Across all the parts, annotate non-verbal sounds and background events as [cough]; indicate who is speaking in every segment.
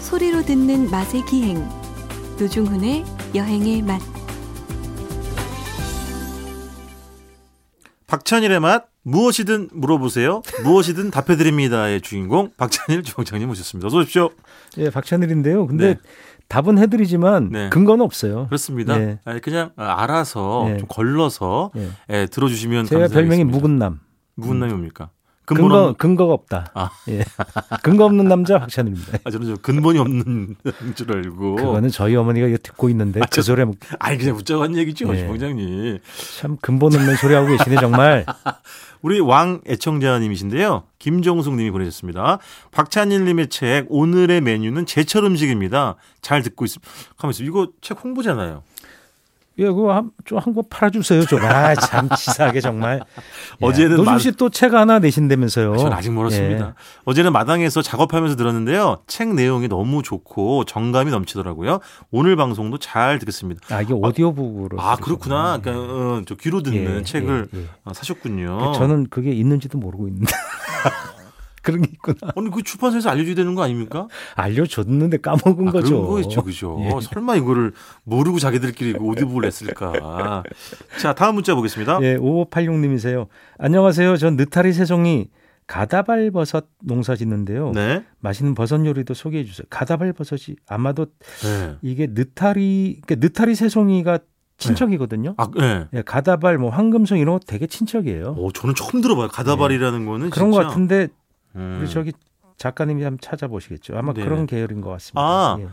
Speaker 1: 소리로 듣는 맛의 기행 노중훈의 여행의 맛
Speaker 2: 박찬일의 맛 무엇이든 물어보세요. 무엇이든 답해드립니다의 주인공 박찬일 주방장님 모셨습니다. 어서 오십시오.
Speaker 3: 예, 박찬일인데요. 근데
Speaker 2: 네.
Speaker 3: 답은 해드리지만
Speaker 2: 네.
Speaker 3: 근거는 없어요.
Speaker 2: 그렇습니다.
Speaker 3: 네.
Speaker 2: 아니, 그냥 알아서
Speaker 3: 네.
Speaker 2: 좀 걸러서
Speaker 3: 예.
Speaker 2: 예, 들어주시면
Speaker 3: 제가 별명이
Speaker 2: 감사하겠습니다.
Speaker 3: 묵은남.
Speaker 2: 묵은 남이 뭡니까? 근본
Speaker 3: 근거
Speaker 2: 없는
Speaker 3: 근거가 없다.
Speaker 2: 아.
Speaker 3: 예. 근거 없는 남자 박찬일입니다.
Speaker 2: 아, 저는 좀 근본이 없는 [laughs] 줄 알고.
Speaker 3: 그거는 저희 어머니가 이거 듣고 있는데
Speaker 2: 아,
Speaker 3: 그
Speaker 2: 저-
Speaker 3: 소리
Speaker 2: 아니 그냥 웃자고 한 얘기죠,
Speaker 3: 네.
Speaker 2: 주방장님.
Speaker 3: 참 근본 없는 소리 하고 계시네 정말.
Speaker 2: 우리 왕 애청자님이신데요. 김정숙 님이 보내셨습니다. 박찬일 님의 책 오늘의 메뉴는 제철 음식입니다. 잘 듣고 있습니다. 가만 있어. 이거 책 홍보잖아요.
Speaker 3: 예, 그거 한, 좀 한 권 팔아주세요 좀. 아, 참 치사하게 정말. 예.
Speaker 2: 어제는
Speaker 3: 노준
Speaker 2: 말-
Speaker 3: 씨또 책 하나 내신다면서요.
Speaker 2: 전 아직 멀었습니다.
Speaker 3: 예.
Speaker 2: 어제는 마당에서 작업하면서 들었는데요. 책 내용이 너무 좋고 정감이 넘치더라고요. 오늘 방송도 잘 듣겠습니다.
Speaker 3: 예. 아, 이게 오디오북으로.
Speaker 2: 아
Speaker 3: 들으셨구나.
Speaker 2: 그렇구나. 그러니까 어, 저 귀로 듣는
Speaker 3: 네. 예,
Speaker 2: 책을
Speaker 3: 예, 예.
Speaker 2: 어, 사셨군요.
Speaker 3: 저는 그게 있는지도 모르고 있는데. [laughs] 그런 게 있구나.
Speaker 2: 오늘 그 출판사에서 알려줘야 되는 거 아닙니까?
Speaker 3: 알려줬는데 까먹은
Speaker 2: 아,
Speaker 3: 거죠.
Speaker 2: 그런 거였죠, 그죠.
Speaker 3: 예.
Speaker 2: 설마 이거를 모르고 자기들끼리 오디오를 냈을까. 자, 다음 문자 보겠습니다.
Speaker 3: 예, 5586님이세요. 안녕하세요. 전 느타리 세종이 가다발 버섯 농사 짓는데요.
Speaker 2: 네.
Speaker 3: 맛있는 버섯 요리도 소개해 주세요. 가다발 버섯이 아마도
Speaker 2: 네.
Speaker 3: 이게 느타리, 그러니까 느타리 세종이가 친척이거든요.
Speaker 2: 아, 네.
Speaker 3: 예, 가다발, 뭐 황금송 이런 거 되게 친척이에요.
Speaker 2: 오, 저는 처음 들어봐요. 가다발이라는 거는
Speaker 3: 그런
Speaker 2: 진짜.
Speaker 3: 것 같은데
Speaker 2: 음.
Speaker 3: 우리 저기 작가님이 한번 찾아보시겠죠. 아마
Speaker 2: 네.
Speaker 3: 그런 계열인 것 같습니다.
Speaker 2: 아.
Speaker 3: 예.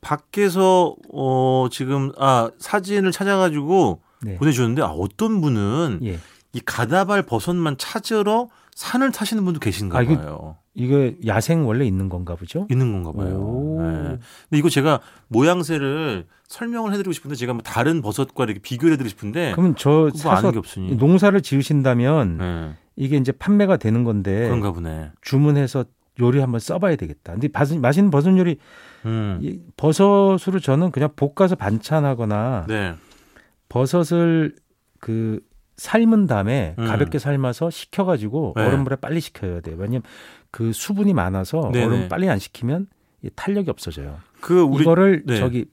Speaker 2: 밖에서 어 지금 아 사진을 찾아가지고
Speaker 3: 네.
Speaker 2: 보내주는데 아 어떤 분은
Speaker 3: 예.
Speaker 2: 이 가다발 버섯만 찾으러 산을 타시는 분도 계신가
Speaker 3: 아, 이게-
Speaker 2: 봐요.
Speaker 3: 이게 야생 원래 있는 건가 보죠?
Speaker 2: 있는 건가 봐요.
Speaker 3: 오.
Speaker 2: 네. 근데 이거 제가 모양새를 설명을 해드리고 싶은데 제가 뭐 다른 버섯과 이렇게 비교를 해드리고 싶은데
Speaker 3: 그럼 저
Speaker 2: 그거
Speaker 3: 사서
Speaker 2: 아는 게 없으니.
Speaker 3: 농사를 지으신다면
Speaker 2: 음. 네.
Speaker 3: 이게 이제 판매가 되는 건데
Speaker 2: 그런가 보네.
Speaker 3: 주문해서 요리 한번 써봐야 되겠다. 근데 바스- 맛있는 버섯 요리
Speaker 2: 음.
Speaker 3: 이 버섯으로 저는 그냥 볶아서 반찬하거나
Speaker 2: 네.
Speaker 3: 버섯을 그 삶은 다음에
Speaker 2: 음.
Speaker 3: 가볍게 삶아서 식혀가지고
Speaker 2: 네.
Speaker 3: 얼음물에 빨리 식혀야 돼요. 왜냐면 그 수분이 많아서
Speaker 2: 네네.
Speaker 3: 얼음 빨리 안 식히면 이 탄력이 없어져요.
Speaker 2: 그 우리
Speaker 3: 이거를
Speaker 2: 네.
Speaker 3: 저기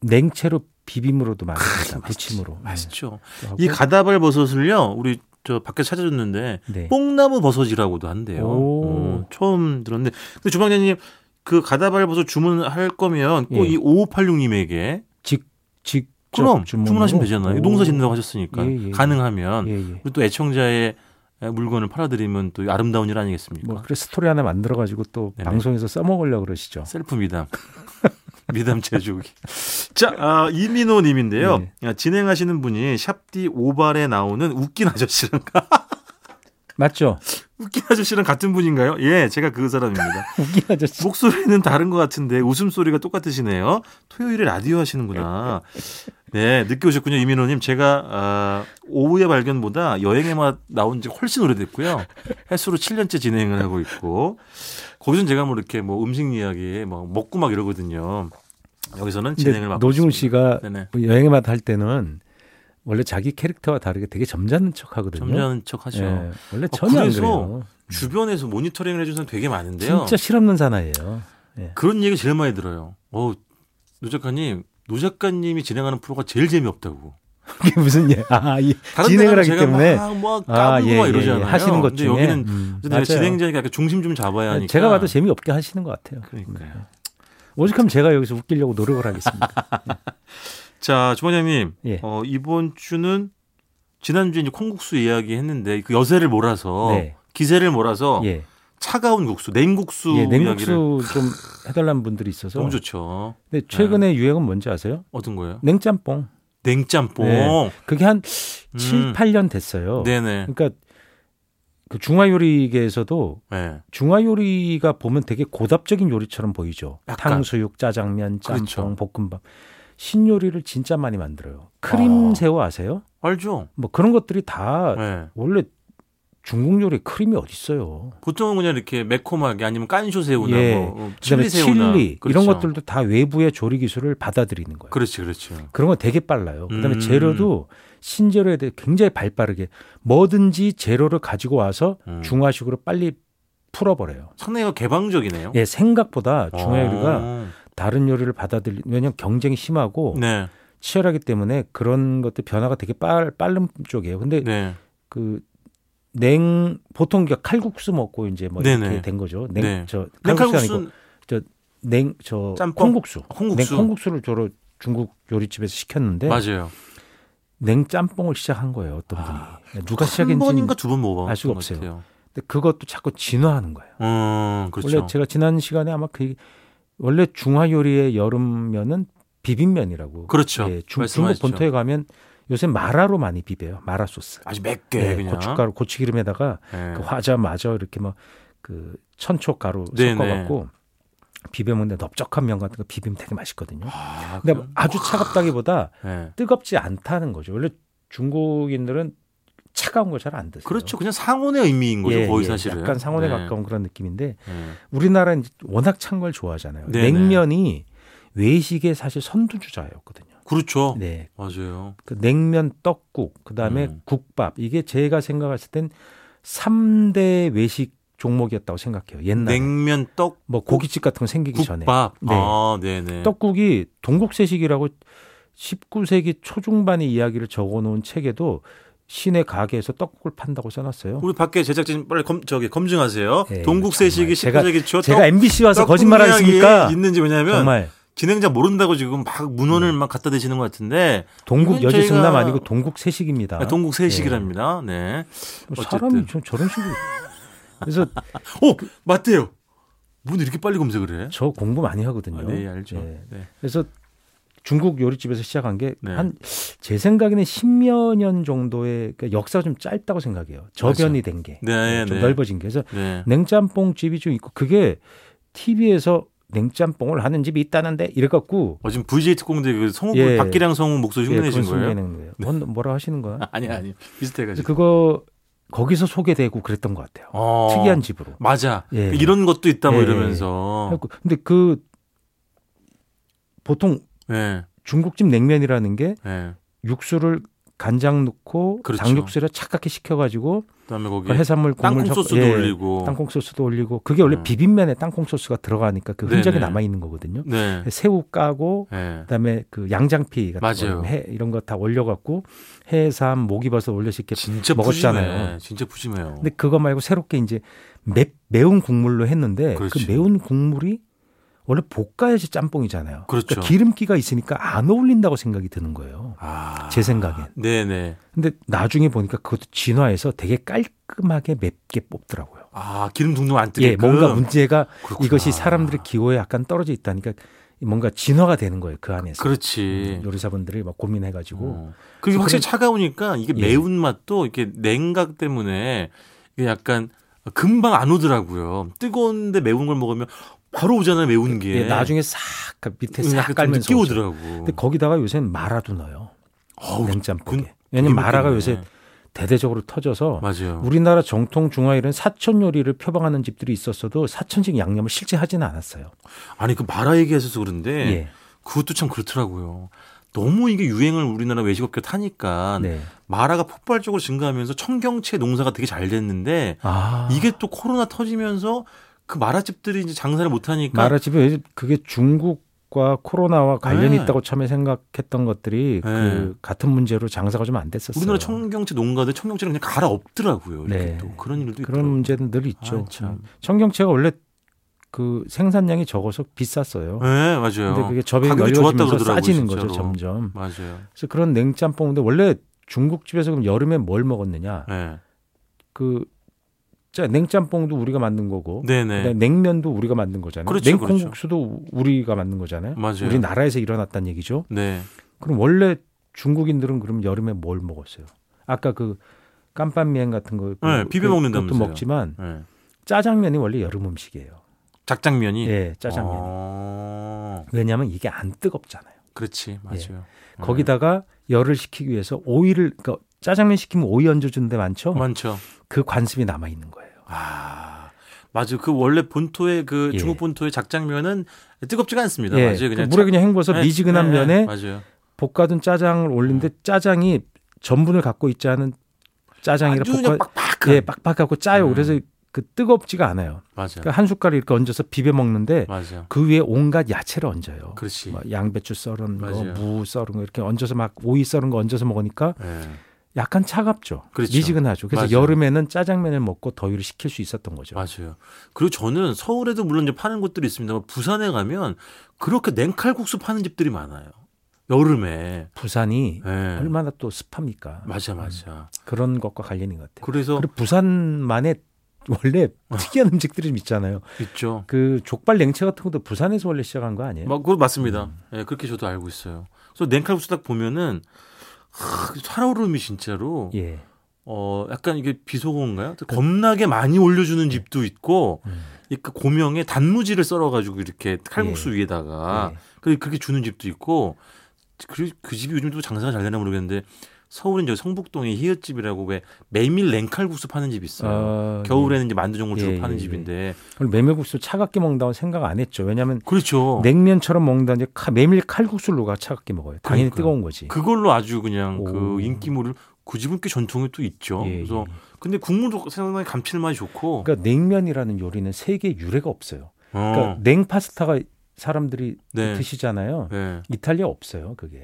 Speaker 3: 냉채로 비빔으로도 만듭니다. 무침으로.
Speaker 2: 맛있죠.
Speaker 3: 네. 하고,
Speaker 2: 이 가다발 버섯을요. 우리 저 밖에 찾아줬는데
Speaker 3: 네.
Speaker 2: 뽕나무 버섯이라고도 한대요.
Speaker 3: 오.
Speaker 2: 어, 처음 들었는데 근데 주방장님 그 가다발 버섯 주문할 거면 꼭
Speaker 3: 예.
Speaker 2: 이 5586님에게
Speaker 3: 직 직접
Speaker 2: 그럼
Speaker 3: 주문으로?
Speaker 2: 주문하시면 되잖아요.
Speaker 3: 오.
Speaker 2: 농사 짓는다고 하셨으니까
Speaker 3: 예, 예.
Speaker 2: 가능하면
Speaker 3: 예, 예.
Speaker 2: 그리고 또 애청자의 물건을 팔아드리면 또 아름다운 일 아니겠습니까?
Speaker 3: 뭐 그래 스토리 하나 만들어 가지고 또
Speaker 2: 네네.
Speaker 3: 방송에서 써먹으려고 그러시죠.
Speaker 2: 셀프 미담. [laughs] 미담 제조기. 자, 아, 이민호 님인데요.
Speaker 3: 네.
Speaker 2: 아, 진행하시는 분이 샵디 오발에 나오는 웃긴 아저씨랑, [laughs]
Speaker 3: 맞죠?
Speaker 2: 웃긴 아저씨랑 같은 분인가요? 예, 제가 그 사람입니다.
Speaker 3: 웃긴 아저씨.
Speaker 2: 목소리는 다른 것 같은데 웃음소리가 똑같으시네요. 토요일에 라디오 하시는구나. 네, 늦게 오셨군요. 이민호 님. 제가, 아, 오후의 발견보다 여행의 맛 나온 지 훨씬 오래됐고요. 횟수로 7년째 진행을 하고 있고. 거기선 제가 뭐 이렇게 뭐 음식 이야기, 뭐 먹고 막 이러거든요. 여기서는 진행을 맡고
Speaker 3: 노중훈
Speaker 2: 있습니다.
Speaker 3: 씨가
Speaker 2: 네네.
Speaker 3: 뭐 여행의 맛 할 때는 원래 자기 캐릭터와 다르게 되게 점잖은 척 하거든요.
Speaker 2: 점잖은 척 하죠.
Speaker 3: 예, 원래
Speaker 2: 아,
Speaker 3: 전혀
Speaker 2: 그래서
Speaker 3: 안 그래요.
Speaker 2: 주변에서 모니터링을 해주는 사람 되게 많은데요.
Speaker 3: 진짜 실없는 사나이예요. [laughs] 예.
Speaker 2: 그런 얘기 제일 많이 들어요. 어, 노 작가님, 노 작가님이 진행하는 프로가 제일 재미없다고.
Speaker 3: 그게 무슨 예. 아, 이
Speaker 2: 다른
Speaker 3: 진행을
Speaker 2: 데는
Speaker 3: 하기
Speaker 2: 제가
Speaker 3: 때문에 예,
Speaker 2: 막, 막 까불고 막 이러잖아요.
Speaker 3: 하시는 것
Speaker 2: 근데
Speaker 3: 중에
Speaker 2: 여기는
Speaker 3: 음,
Speaker 2: 어쨌든 내가
Speaker 3: 맞아요.
Speaker 2: 진행자니까 약간 중심 좀 잡아야 하니까.
Speaker 3: 제가 봐도 재미없게 하시는 것 같아요. 네.
Speaker 2: 그러니까요.
Speaker 3: 오죽하면 제가 여기서 웃기려고 노력을 하겠습니다.
Speaker 2: 자, 주방장님,
Speaker 3: 예.
Speaker 2: 어, 이번 주는 지난주에 이제 콩국수 이야기 했는데 그 여세를 몰아서
Speaker 3: 네.
Speaker 2: 기세를 몰아서
Speaker 3: 예.
Speaker 2: 차가운 국수, 냉국수
Speaker 3: 예,
Speaker 2: 어. 이야기를
Speaker 3: 냉국수 좀 해달라는 분들이 있어서.
Speaker 2: 너무 좋죠. 네.
Speaker 3: 근데 최근에 유행은 뭔지 아세요?
Speaker 2: 어떤 거예요?
Speaker 3: 냉짬뽕.
Speaker 2: 냉짬뽕.
Speaker 3: 네. 그게 한 7, 8년 됐어요.
Speaker 2: 음. 네네.
Speaker 3: 그러니까 그 중화요리계에서도
Speaker 2: 네.
Speaker 3: 중화요리가 보면 되게 고답적인 요리처럼 보이죠.
Speaker 2: 약간.
Speaker 3: 탕수육, 짜장면, 짬뽕,
Speaker 2: 그렇죠.
Speaker 3: 볶음밥. 신요리를 진짜 많이 만들어요. 크림
Speaker 2: 아.
Speaker 3: 새우 아세요?
Speaker 2: 알죠.
Speaker 3: 뭐 그런 것들이 다
Speaker 2: 네.
Speaker 3: 원래 중국 요리 크림이 어디 있어요?
Speaker 2: 보통은 그냥 이렇게 매콤하게 아니면 깐쇼 새우나
Speaker 3: 예.
Speaker 2: 뭐
Speaker 3: 그다음에
Speaker 2: 칠리 새우나
Speaker 3: 칠리 이런
Speaker 2: 그렇죠.
Speaker 3: 것들도 다 외부의 조리 기술을 받아들이는 거예요.
Speaker 2: 그렇지, 그렇죠.
Speaker 3: 그런 거 되게 빨라요. 그다음에
Speaker 2: 음.
Speaker 3: 재료도 신재료에 대해 굉장히 발빠르게 뭐든지 재료를 가지고 와서
Speaker 2: 음.
Speaker 3: 중화식으로 빨리 풀어버려요.
Speaker 2: 상당히 개방적이네요.
Speaker 3: 예, 생각보다
Speaker 2: 아.
Speaker 3: 중화요리가 다른 요리를 받아들이 왜냐면 경쟁이 심하고
Speaker 2: 네.
Speaker 3: 치열하기 때문에 그런 것들 변화가 되게 빨 빠른 쪽이에요. 근데
Speaker 2: 네.
Speaker 3: 그 냉 보통 이제 칼국수 먹고 이제 뭐
Speaker 2: 네네.
Speaker 3: 이렇게 된 거죠. 냉
Speaker 2: 네.
Speaker 3: 저 칼국수 아니고
Speaker 2: 냉칼국수
Speaker 3: 냉 저
Speaker 2: 짬뽕?
Speaker 3: 콩국수.
Speaker 2: 홍국수
Speaker 3: 냉 콩국수를 주로 중국 요리집에서 시켰는데
Speaker 2: 맞아요.
Speaker 3: 냉 짬뽕을 시작한 거예요. 어떤 분이 네,
Speaker 2: 아,
Speaker 3: 누가
Speaker 2: 한
Speaker 3: 시작했는지
Speaker 2: 번인가 두 번 먹어봤던
Speaker 3: 알 수가
Speaker 2: 것
Speaker 3: 없어요.
Speaker 2: 같아요.
Speaker 3: 근데 그것도 자꾸 진화하는 거예요.
Speaker 2: 음, 그렇죠.
Speaker 3: 원래 제가 지난 시간에 아마 그 원래 중화 요리의 여름면은 비빔면이라고.
Speaker 2: 그렇죠.
Speaker 3: 예, 중, 중국
Speaker 2: 말씀하셨죠.
Speaker 3: 본토에 가면 요새 마라로 많이 비벼요. 마라 소스.
Speaker 2: 아주 맵게
Speaker 3: 예,
Speaker 2: 그냥
Speaker 3: 고춧가루, 고추기름에다가
Speaker 2: 예.
Speaker 3: 그 화자마저 이렇게 막 그 천초 가루
Speaker 2: 네네.
Speaker 3: 섞어갖고 비벼 먹는데 넓적한 면 같은 거 비비면 되게 맛있거든요.
Speaker 2: 아,
Speaker 3: 근데 뭐
Speaker 2: 그럼-
Speaker 3: 그러니까 아주 차갑다기보다
Speaker 2: 예.
Speaker 3: 뜨겁지 않다는 거죠. 원래 중국인들은 차가운 걸 잘 안 드세요.
Speaker 2: 그렇죠. 그냥 상온의 의미인 거죠.
Speaker 3: 예,
Speaker 2: 거의
Speaker 3: 예.
Speaker 2: 사실은.
Speaker 3: 약간 상온에
Speaker 2: 네.
Speaker 3: 가까운 그런 느낌인데
Speaker 2: 예.
Speaker 3: 우리나라는 이제 워낙 찬 걸 좋아하잖아요.
Speaker 2: 네네.
Speaker 3: 냉면이 외식의 사실 선두주자였거든요.
Speaker 2: 그렇죠.
Speaker 3: 네,
Speaker 2: 맞아요.
Speaker 3: 그 냉면, 떡국, 그 다음에
Speaker 2: 음.
Speaker 3: 국밥 이게 제가 생각했을 땐 3대 외식 종목이었다고 생각해요. 옛날에
Speaker 2: 냉면, 떡,
Speaker 3: 뭐 고깃집 같은 거 생기기 전에
Speaker 2: 국밥.
Speaker 3: 네.
Speaker 2: 아, 네네.
Speaker 3: 떡국이 동국세식이라고 19세기 초중반의 이야기를 적어놓은 책에도 시내 가게에서 떡국을 판다고 써놨어요.
Speaker 2: 우리 밖에 제작진 빨리 검, 저기 검증하세요.
Speaker 3: 예,
Speaker 2: 동국세식이
Speaker 3: 정말.
Speaker 2: 19세기 초
Speaker 3: 제가 MBC 와서
Speaker 2: 떡
Speaker 3: 거짓말 하겠습니까?
Speaker 2: 분량이 있는지 왜냐하면
Speaker 3: 정말
Speaker 2: 진행자 모른다고 지금 막
Speaker 3: 음.
Speaker 2: 문헌을 막 갖다 대시는 것 같은데
Speaker 3: 동국
Speaker 2: 이건 저희가-
Speaker 3: 여지승남 아니고 동국세식입니다.
Speaker 2: 아, 동국세식이랍니다. 네.
Speaker 3: 뭐
Speaker 2: 어쨌든.
Speaker 3: 사람이 좀 저런 식으로. 그래서
Speaker 2: 오 맞대요. 문 이렇게 빨리 검색을 해?
Speaker 3: 저 공부 많이 하거든요.
Speaker 2: 아, 네 알죠.
Speaker 3: 예.
Speaker 2: 네.
Speaker 3: 그래서 중국 요리집에서 시작한 게
Speaker 2: 네.
Speaker 3: 한 제 생각에는 10여 년 정도의 그러니까 역사가 좀 짧다고 생각해요. 저변이 된 게. 예,
Speaker 2: 네,
Speaker 3: 좀
Speaker 2: 네.
Speaker 3: 넓어진 게. 그래서
Speaker 2: 네.
Speaker 3: 냉짬뽕 집이 좀 있고 그게 TV에서 냉짬뽕을 하는 집이 있다는데 이래 갖고
Speaker 2: 어, 지금 VJ 특공대 그 성우
Speaker 3: 예.
Speaker 2: 박기량 성우 목소리 흉내내신 그 거예요? 네.
Speaker 3: 거예요. 뭔 뭐라 하시는 거야?
Speaker 2: [laughs] 아, 아니 아니
Speaker 3: 그래서
Speaker 2: 비슷해가지고.
Speaker 3: 그거 거기서 소개되고 그랬던 것 같아요.
Speaker 2: 어,
Speaker 3: 특이한 집으로.
Speaker 2: 맞아.
Speaker 3: 예.
Speaker 2: 이런 것도 있다 뭐
Speaker 3: 예.
Speaker 2: 이러면서.
Speaker 3: 그래갖고 근데 그 보통
Speaker 2: 예.
Speaker 3: 중국집 냉면이라는 게
Speaker 2: 예.
Speaker 3: 육수를 간장 넣고
Speaker 2: 그렇죠.
Speaker 3: 장육수를 착각게 시켜가지고
Speaker 2: 그다음에 거기
Speaker 3: 그 해산물 국물
Speaker 2: 땅콩
Speaker 3: 섞-
Speaker 2: 소스도
Speaker 3: 예,
Speaker 2: 올리고.
Speaker 3: 땅콩 소스도 올리고 그게 원래
Speaker 2: 음.
Speaker 3: 비빔면에 땅콩 소스가 들어가니까 그 흔적이
Speaker 2: 네네.
Speaker 3: 남아 있는 거거든요.
Speaker 2: 네.
Speaker 3: 새우 까고
Speaker 2: 예.
Speaker 3: 그다음에 그 양장피 같은
Speaker 2: 맞아요.
Speaker 3: 거, 해 이런 거 다 올려갖고 해삼 목이버섯 올려 서 이렇게
Speaker 2: 진짜
Speaker 3: 먹었잖아요.
Speaker 2: 푸짐해. 진짜 푸짐해요.
Speaker 3: 근데 그거 말고 새롭게 이제 매, 매운 국물로 했는데 그
Speaker 2: 그렇지.
Speaker 3: 매운 국물이 원래 볶아야지 짬뽕이잖아요.
Speaker 2: 그렇죠.
Speaker 3: 러니까 기름기가 있으니까 안 어울린다고 생각이 드는 거예요.
Speaker 2: 아.
Speaker 3: 제 생각엔.
Speaker 2: 네네.
Speaker 3: 근데 나중에 보니까 그것도 진화해서 되게 깔끔하게 맵게 뽑더라고요.
Speaker 2: 아 기름 둥둥 안 뜨게.
Speaker 3: 예, 뭔가 문제가
Speaker 2: 그렇구나.
Speaker 3: 이것이 사람들의 기호에 약간 떨어져 있다니까 뭔가 진화가 되는 거예요 그 안에서. 음,
Speaker 2: 그렇지.
Speaker 3: 요리사분들이 막 고민해가지고
Speaker 2: 어. 그게 확실히
Speaker 3: 그런-
Speaker 2: 차가우니까 이게
Speaker 3: 예.
Speaker 2: 매운 맛도 이렇게 냉각 때문에 이게 약간 금방 안 오더라고요. 뜨거운데 매운 걸 먹으면 바로 오잖아요 매운 게.
Speaker 3: 예, 나중에 싹그 밑에
Speaker 2: 음,
Speaker 3: 싹
Speaker 2: 약간 좀
Speaker 3: 깔면서
Speaker 2: 늦게
Speaker 3: 오죠.
Speaker 2: 오더라고.
Speaker 3: 근데 그- 거기다가 요새는 마라도 넣어요.
Speaker 2: 어우, 군-
Speaker 3: 냉짬뽕에. 왜냐면 마라가
Speaker 2: 되게
Speaker 3: 요새
Speaker 2: 먹겠네.
Speaker 3: 대대적으로 터져서
Speaker 2: 맞아요.
Speaker 3: 네. 우리나라 정통 중화일은 사천 요리를 표방하는 집들이 있었어도 사천식 양념을 실제 하지는 않았어요.
Speaker 2: 아니 그 마라 얘기하셔서 그런데
Speaker 3: 예.
Speaker 2: 그것도 참 그렇더라고요. 너무 이게 유행을 우리나라 외식업계 타니까
Speaker 3: 네.
Speaker 2: 마라가 폭발적으로 증가하면서 청경채 농사가 되게 잘 됐는데
Speaker 3: 아.
Speaker 2: 이게 또 코로나 터지면서 그 마라집들이 이제 장사를 못 하니까
Speaker 3: 마라집이 왜 그게 중국과 코로나와 관련이
Speaker 2: 네.
Speaker 3: 있다고 처음에 생각했던 것들이
Speaker 2: 네.
Speaker 3: 그 같은 문제로 장사가 좀 안 됐었어요.
Speaker 2: 우리나라 청경채 농가들 청경채를 그냥 갈아 엎더라고요. 이렇게
Speaker 3: 네.
Speaker 2: 또 그런 일도
Speaker 3: 그런
Speaker 2: 있더라고요.
Speaker 3: 문제는 늘 있죠. 음.
Speaker 2: 아, 참.
Speaker 3: 청경채가 원래 그 생산량이 적어서 비쌌어요.
Speaker 2: 네, 맞아요.
Speaker 3: 근데 그게 접이
Speaker 2: 가격이 좋았다
Speaker 3: 넓어지면서
Speaker 2: 그러더라고요,
Speaker 3: 싸지는 거죠
Speaker 2: 진짜로.
Speaker 3: 점점.
Speaker 2: 맞아요.
Speaker 3: 그래서 그런 냉짬뽕인데 원래 중국집에서 그럼 여름에 뭘 먹었느냐?
Speaker 2: 네.
Speaker 3: 그 짜- 냉짬뽕도 우리가 만든 거고
Speaker 2: 네, 네.
Speaker 3: 그다음에 냉면도 우리가 만든 거잖아요.
Speaker 2: 그렇죠,
Speaker 3: 냉콩국수도 우리가 만든 거잖아요.
Speaker 2: 맞아요.
Speaker 3: 우리나라에서 일어났다는 얘기죠.
Speaker 2: 네.
Speaker 3: 그럼 원래 중국인들은 그럼 여름에 뭘 먹었어요? 아까 그 깜拌면 같은 거
Speaker 2: 네,
Speaker 3: 그-
Speaker 2: 비벼
Speaker 3: 그-
Speaker 2: 먹는다면서요.
Speaker 3: 그것도 먹지만
Speaker 2: 네.
Speaker 3: 짜장면이 원래 여름 음식이에요.
Speaker 2: 작장면이
Speaker 3: 예, 짜장면.
Speaker 2: 아.
Speaker 3: 이
Speaker 2: 어,
Speaker 3: 왜냐하면 이게 안 뜨겁잖아요.
Speaker 2: 그렇지. 맞아요. 네.
Speaker 3: 예. 음. 거기다가 열을 식히기 위해서 오이를 그러니까 짜장면 시키면 오이 얹어 주는 데 많죠.
Speaker 2: 많죠.
Speaker 3: 그 관습이 남아 있는 거예요.
Speaker 2: 아. 맞아요. 그 원래 본토의 그
Speaker 3: 예.
Speaker 2: 중국 본토의 작장면은 뜨겁지가 않습니다.
Speaker 3: 예,
Speaker 2: 맞아요. 그냥
Speaker 3: 그 물에
Speaker 2: 차-
Speaker 3: 그냥 헹궈서
Speaker 2: 네,
Speaker 3: 미지근한
Speaker 2: 네, 네. 음.
Speaker 3: 면에
Speaker 2: 맞아요.
Speaker 3: 볶아둔 짜장을 올리는데 짜장이 전분을 갖고 있지 않은 짜장이라
Speaker 2: 아주 그냥
Speaker 3: 볶아
Speaker 2: 빡빡한.
Speaker 3: 예 빡빡하고 짜요.
Speaker 2: 음. 네.
Speaker 3: 그래서 그 뜨겁지가 않아요.
Speaker 2: 맞아.
Speaker 3: 그러니까 한 숟갈 이렇게 얹어서 비벼 먹는데
Speaker 2: 맞아.
Speaker 3: 그 위에 온갖 야채를 얹어요.
Speaker 2: 음. 그렇지.
Speaker 3: 막 양배추 썰은 거,
Speaker 2: 맞아요.
Speaker 3: 무 썰은 거 이렇게 얹어서 막 오이 썰은 거 얹어서 먹으니까
Speaker 2: 예.
Speaker 3: 약간 차갑죠.
Speaker 2: 그렇죠.
Speaker 3: 미지근하죠. 그래서
Speaker 2: 맞아요.
Speaker 3: 여름에는 짜장면을 먹고 더위를 식힐 수 있었던 거죠.
Speaker 2: 맞아요. 그리고 저는 서울에도 물론 이제 파는 곳들이 있습니다만 부산에 가면 그렇게 냉칼국수 파는 집들이 많아요. 여름에.
Speaker 3: 부산이
Speaker 2: 예.
Speaker 3: 얼마나 또 습합니까?
Speaker 2: 맞아, 맞아.
Speaker 3: 그런 것과 관련인 것 같아요.
Speaker 2: 그래서
Speaker 3: 그리고 부산만의 원래 특이한 음식들이 좀 있잖아요.
Speaker 2: 있죠.
Speaker 3: 그 족발 냉채 같은 것도 부산에서 원래 시작한 거 아니에요?
Speaker 2: 막 그거 맞습니다.
Speaker 3: 음.
Speaker 2: 예, 그렇게 저도 알고 있어요. 그래서 냉칼국수 딱 보면은 하, 살아오름이 진짜로
Speaker 3: 예.
Speaker 2: 어 약간 이게 비속어인가요? 겁나게 많이 올려주는 집도 있고
Speaker 3: 음.
Speaker 2: 이 그 고명에 단무지를 썰어가지고 이렇게 칼국수 위에다가
Speaker 3: 예.
Speaker 2: 그 그렇게 주는 집도 있고 그, 그 집이 요즘도 장사가 잘 되나 모르겠는데 서울은 저 성북동에 히읗집이라고 왜 메밀 냉칼국수 파는 집이 있어요.
Speaker 3: 아,
Speaker 2: 겨울에는 이제 만두 전골 주로
Speaker 3: 예,
Speaker 2: 파는
Speaker 3: 예,
Speaker 2: 집인데
Speaker 3: 예. 그걸 메밀국수 차갑게 먹는다고 생각 안 했죠. 왜냐하면
Speaker 2: 그렇죠.
Speaker 3: 네. 냉면처럼 먹는다는데 카- 메밀 칼국수로가 차갑게 먹어요. 당연히
Speaker 2: 그러니까요.
Speaker 3: 뜨거운 거지.
Speaker 2: 그걸로 아주 그냥
Speaker 3: 오.
Speaker 2: 그 인기물을 그 집은 꽤 전통이 또 있죠.
Speaker 3: 예,
Speaker 2: 그래서 어.
Speaker 3: 예.
Speaker 2: 근데 국물도 상당히 감칠맛이 좋고
Speaker 3: 그러니까 냉면이라는 요리는 세계 유래가 없어요.
Speaker 2: 어,
Speaker 3: 그러니까 냉파스타가 사람들이
Speaker 2: 네.
Speaker 3: 드시잖아요.
Speaker 2: 예,
Speaker 3: 이탈리아 없어요, 그게.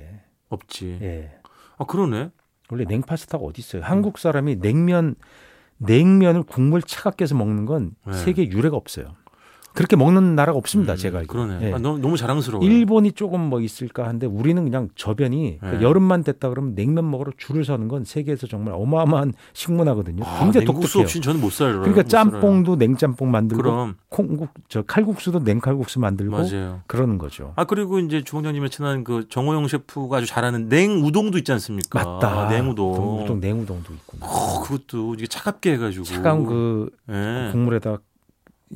Speaker 2: 없지.
Speaker 3: 예.
Speaker 2: 아 그러네.
Speaker 3: 원래 냉파스타가 어디 있어요? 한국 사람이 냉면 냉면을 국물 차갑게 해서 먹는 건
Speaker 2: 네.
Speaker 3: 세계 유래가 없어요. 그렇게 먹는 나라가 없습니다, 제가 알기로.
Speaker 2: 그러네.
Speaker 3: 예.
Speaker 2: 아, 너무, 너무 자랑스러워요.
Speaker 3: 일본이 조금 뭐 있을까 한데 우리는 그냥 저변이 그러니까
Speaker 2: 네.
Speaker 3: 여름만 됐다 그러면 냉면 먹으러 줄을 서는 건 세계에서 정말 어마어마한 식문화거든요.
Speaker 2: 아,
Speaker 3: 굉장히
Speaker 2: 냉국수
Speaker 3: 독특해요.
Speaker 2: 없이 저는 못 살아요.
Speaker 3: 그러니까
Speaker 2: 못 살아요.
Speaker 3: 짬뽕도 냉짬뽕 만들고
Speaker 2: 그럼
Speaker 3: 콩국 저 칼국수도 냉칼국수 만들고
Speaker 2: 맞아요.
Speaker 3: 그러는 거죠.
Speaker 2: 아 그리고 이제 주원장님의 친한 그 정호영 셰프가 아주 잘하는 냉우동도 있지 않습니까? 아,
Speaker 3: 맞다.
Speaker 2: 냉우동.
Speaker 3: 우동, 냉우동도 있고.
Speaker 2: 어, 그것도 이게 차갑게 해가지고
Speaker 3: 차가운 그
Speaker 2: 예.
Speaker 3: 국물에다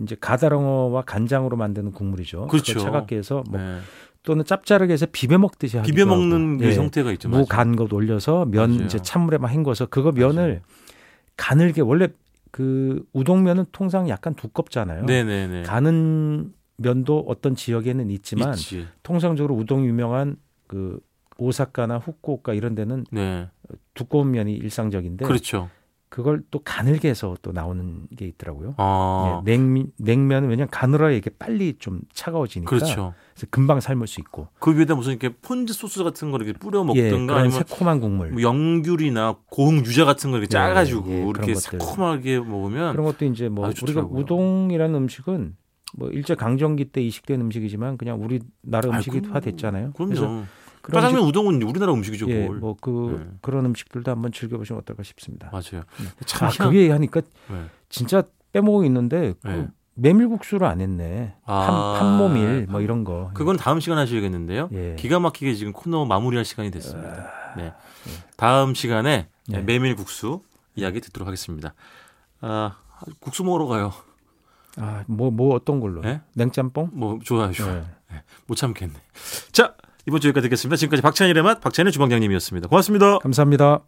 Speaker 3: 이제 가다랑어와 간장으로 만드는 국물이죠.
Speaker 2: 그렇죠.
Speaker 3: 그걸 차갑게 해서 뭐
Speaker 2: 예.
Speaker 3: 또는 짭짤하게 해서 비벼 먹듯이 하기도
Speaker 2: 비벼 먹는
Speaker 3: 하고.
Speaker 2: 그
Speaker 3: 예.
Speaker 2: 형태가 있죠. 맞아요.
Speaker 3: 무간 것 올려서 면
Speaker 2: 맞아요.
Speaker 3: 이제 찬물에 막 헹궈서 그거 면을 가늘게 원래 그 우동면은 통상 약간 두껍잖아요.
Speaker 2: 네네네.
Speaker 3: 가는 면도 어떤 지역에는 있지만
Speaker 2: 있지.
Speaker 3: 통상적으로 우동 유명한 그 오사카나 후쿠오카 이런 데는
Speaker 2: 네.
Speaker 3: 두꺼운 면이 일상적인데
Speaker 2: 그렇죠.
Speaker 3: 그걸 또 가늘게 해서 또 나오는 게 있더라고요.
Speaker 2: 아
Speaker 3: 예, 냉, 냉면은 왜냐면 가늘어야 이게 빨리 좀 차가워지니까
Speaker 2: 그렇죠.
Speaker 3: 그래서 금방 삶을 수 있고
Speaker 2: 그 위에다 무슨 이렇게 폰즈 소스 같은 걸 이렇게 뿌려
Speaker 3: 예,
Speaker 2: 먹든가
Speaker 3: 그런
Speaker 2: 아니면
Speaker 3: 새콤한 국물
Speaker 2: 뭐 영귤이나 고흥 유자 같은 걸 이렇게
Speaker 3: 예,
Speaker 2: 짜가지고
Speaker 3: 예, 그런
Speaker 2: 이렇게
Speaker 3: 것들.
Speaker 2: 새콤하게 먹으면
Speaker 3: 그런 것도 이제 뭐
Speaker 2: 아주
Speaker 3: 우리가
Speaker 2: 좋더라고요.
Speaker 3: 우동이라는 음식은 뭐 일제 강점기 때 이식된 음식이지만 그냥 우리 나라
Speaker 2: 아이,
Speaker 3: 음식이
Speaker 2: 그럼-
Speaker 3: 화 됐잖아요. 그래서
Speaker 2: 그럼요.
Speaker 3: 그런
Speaker 2: 짜장면
Speaker 3: 음식,
Speaker 2: 우동은 우리나라 음식이죠.
Speaker 3: 예,
Speaker 2: 그걸.
Speaker 3: 뭐 그
Speaker 2: 예.
Speaker 3: 그런 음식들도 한번 즐겨보시면 어떨까 싶습니다.
Speaker 2: 맞아요. 참
Speaker 3: 아,
Speaker 2: 희한-
Speaker 3: 그게 하니까
Speaker 2: 네.
Speaker 3: 진짜 빼먹고 있는데 그
Speaker 2: 예.
Speaker 3: 메밀국수를 안 했네.
Speaker 2: 아.
Speaker 3: 판, 모밀뭐 이런 거.
Speaker 2: 그건 다음 시간 하셔야겠는데요.
Speaker 3: 예. 아.
Speaker 2: 기가 막히게 지금 코너 마무리할 시간이 됐습니다. 네. 다음 시간에
Speaker 3: 네.
Speaker 2: 메밀국수 이야기 듣도록 하겠습니다. 아, 국수 먹으러 가요.
Speaker 3: 아, 뭐 뭐 어떤 걸로?
Speaker 2: 예?
Speaker 3: 냉짬뽕?
Speaker 2: 뭐 좋아요, 좋아요.
Speaker 3: 예.
Speaker 2: 못 참겠네. 자, 이번 주 여기까지 듣겠습니다. 지금까지 박찬일의 맛, 박찬일 주방장님이었습니다. 고맙습니다.
Speaker 3: 감사합니다.